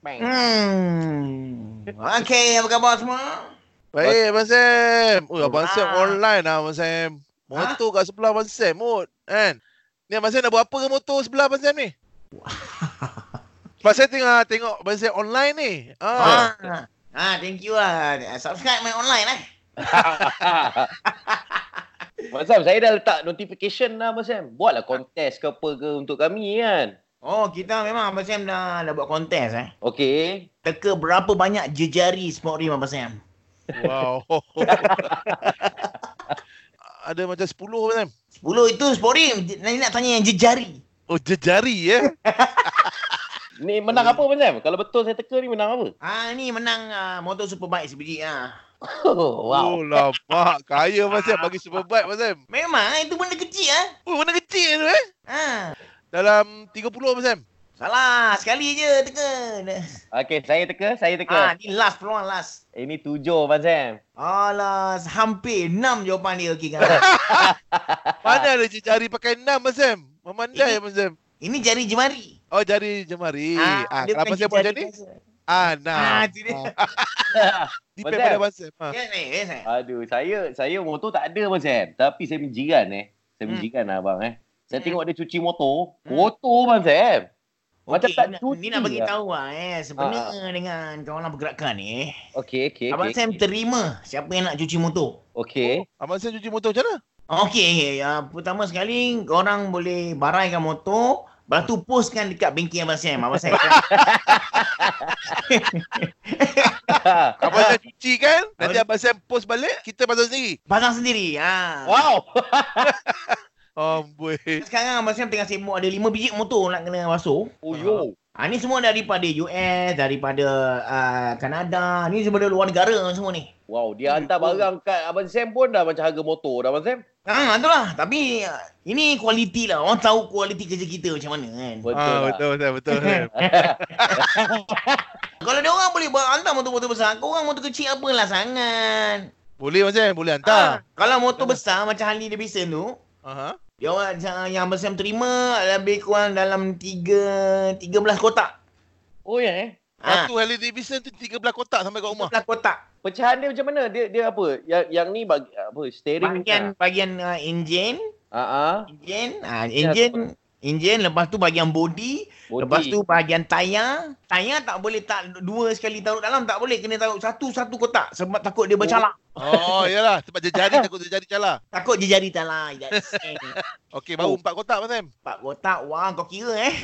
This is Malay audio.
Bang. Hmm. Okey, apa khabar semua? Baik, Eh, Abang Sam. Oh, Abang Sam Ah. online lah, Abang Sam. Motor kat sebelah Abang Sam, Mut. Kan? Ni Abang Sam nak buat apa ke motor sebelah Abang Sam ni? Sebab saya tengah tengok Abang Sam online ni. Ah. Ha. Ah. ah, thank you lah. Subscribe my online eh. Abang Sam, saya dah letak notification lah Abang Sam. Buatlah kontes ke apa ke untuk kami kan. Oh, kita memang Abang Sam dah, dah buat kontes eh. Okey. Teka berapa banyak jejari smoke rim Abang Sam? Wow. Ada macam 10 Abang Sam. 10 itu smoke rim. Nanti nak tanya yang jejari. Oh, jejari ya. Ni menang apa Abang Sam? Kalau betul saya teka ni menang apa? Ah, ni menang ah, motor superbike sebiji ah. Oh, wow. Oh, lama. Kaya Abang Sam bagi superbike Abang Sam. Memang ah, itu benda kecil ah. Oh, warna kecil tu eh. Ah. Dalam 30 Abang Sam. Salah, sekali je teka. Okey, saya teka, saya Ah, teka. ni last peluang last. Ini tujuh Abang Sam. Alah, hampir 6 jawapan dia okey kan. Mana ada jejari pakai 6 Abang Sam? Memandai Abang Sam. Ini jari jemari. Oh, jari jemari. Ah, dia kenapa bukan saya buat jari macam ni? biasa. Ah, Ah, nah. tu dia. Depend Betul. Ah. pada Abang Sam. Ha. Ya, ni, ya, Sam. Aduh, saya saya motor tak ada Abang Sam. Tapi saya menjiran eh. Saya Hmm. menjiran lah abang eh. Saya Hmm. tengok dia cuci motor. Hmm. Kotor Abang Sam. Macam Okey, tak ni nak- cuci Ni nak bagi lah. tahu ah eh sebenarnya dengan kawalan pergerakan ni eh, Okey, okey, okey. Abang Sam terima siapa yang nak cuci motor. Okey. Abang Sam cuci motor macam mana? Okey, ya, pertama sekali orang boleh baraikan motor, lepas tu postkan dekat bengkel Abang Sam. Abang Sam. Abang Sam cuci kan? Nanti Ah, Abang- Abang Sam post balik, kita pasang sendiri. Pasang sendiri. Ha. wow. Oh, Amboi. Sekarang Abang Sam tengah sibuk ada 5 biji motor nak kena basuh. Oh, yo. Ha, ni semua daripada US, daripada uh, Kanada, ni daripada luar negara semua ni. Wow, Hmm. dia hantar barang kat Abang Sam pun dah macam harga motor dah Abang Sam. Ha, itulah. Tapi ah, ini kualiti lah. Orang tahu kualiti kerja kita macam mana kan. Betul. Ah, lah. betul, betul, betul. betul. Kalau dia orang boleh buat hantar motor-motor besar, kau orang motor kecil apalah sangat. boleh Abang Sam, boleh hantar. Ha, kalau motor besar macam Harley Davidson tu, Ah. Aha. dia orang yang- yang Abang Sam terima lebih kurang dalam 3 13 kotak. Oh ya eh. Ha, Satu Harley Davidson tu 13 kotak sampai kat rumah. 13 kotak. Pecahan dia macam mana? Dia dia apa? Yang yang ni bagi apa? Steering. Bahagian bahagian uh, enjin, Ha ah. enjin, ha, enjin, enjin lepas tu bahagian body, Body. Lepas tu bahagian tayar, tayar tak boleh tak dua sekali taruh dalam, tak boleh kena taruh satu-satu kotak sebab takut dia bercalak. Oh, iyalah. Sebab jejari takut jejari calah. Takut dia jari tanah. That's it. Okey, Oh. baru empat kotak Abang Sam. Empat kotak, wah kau kira eh.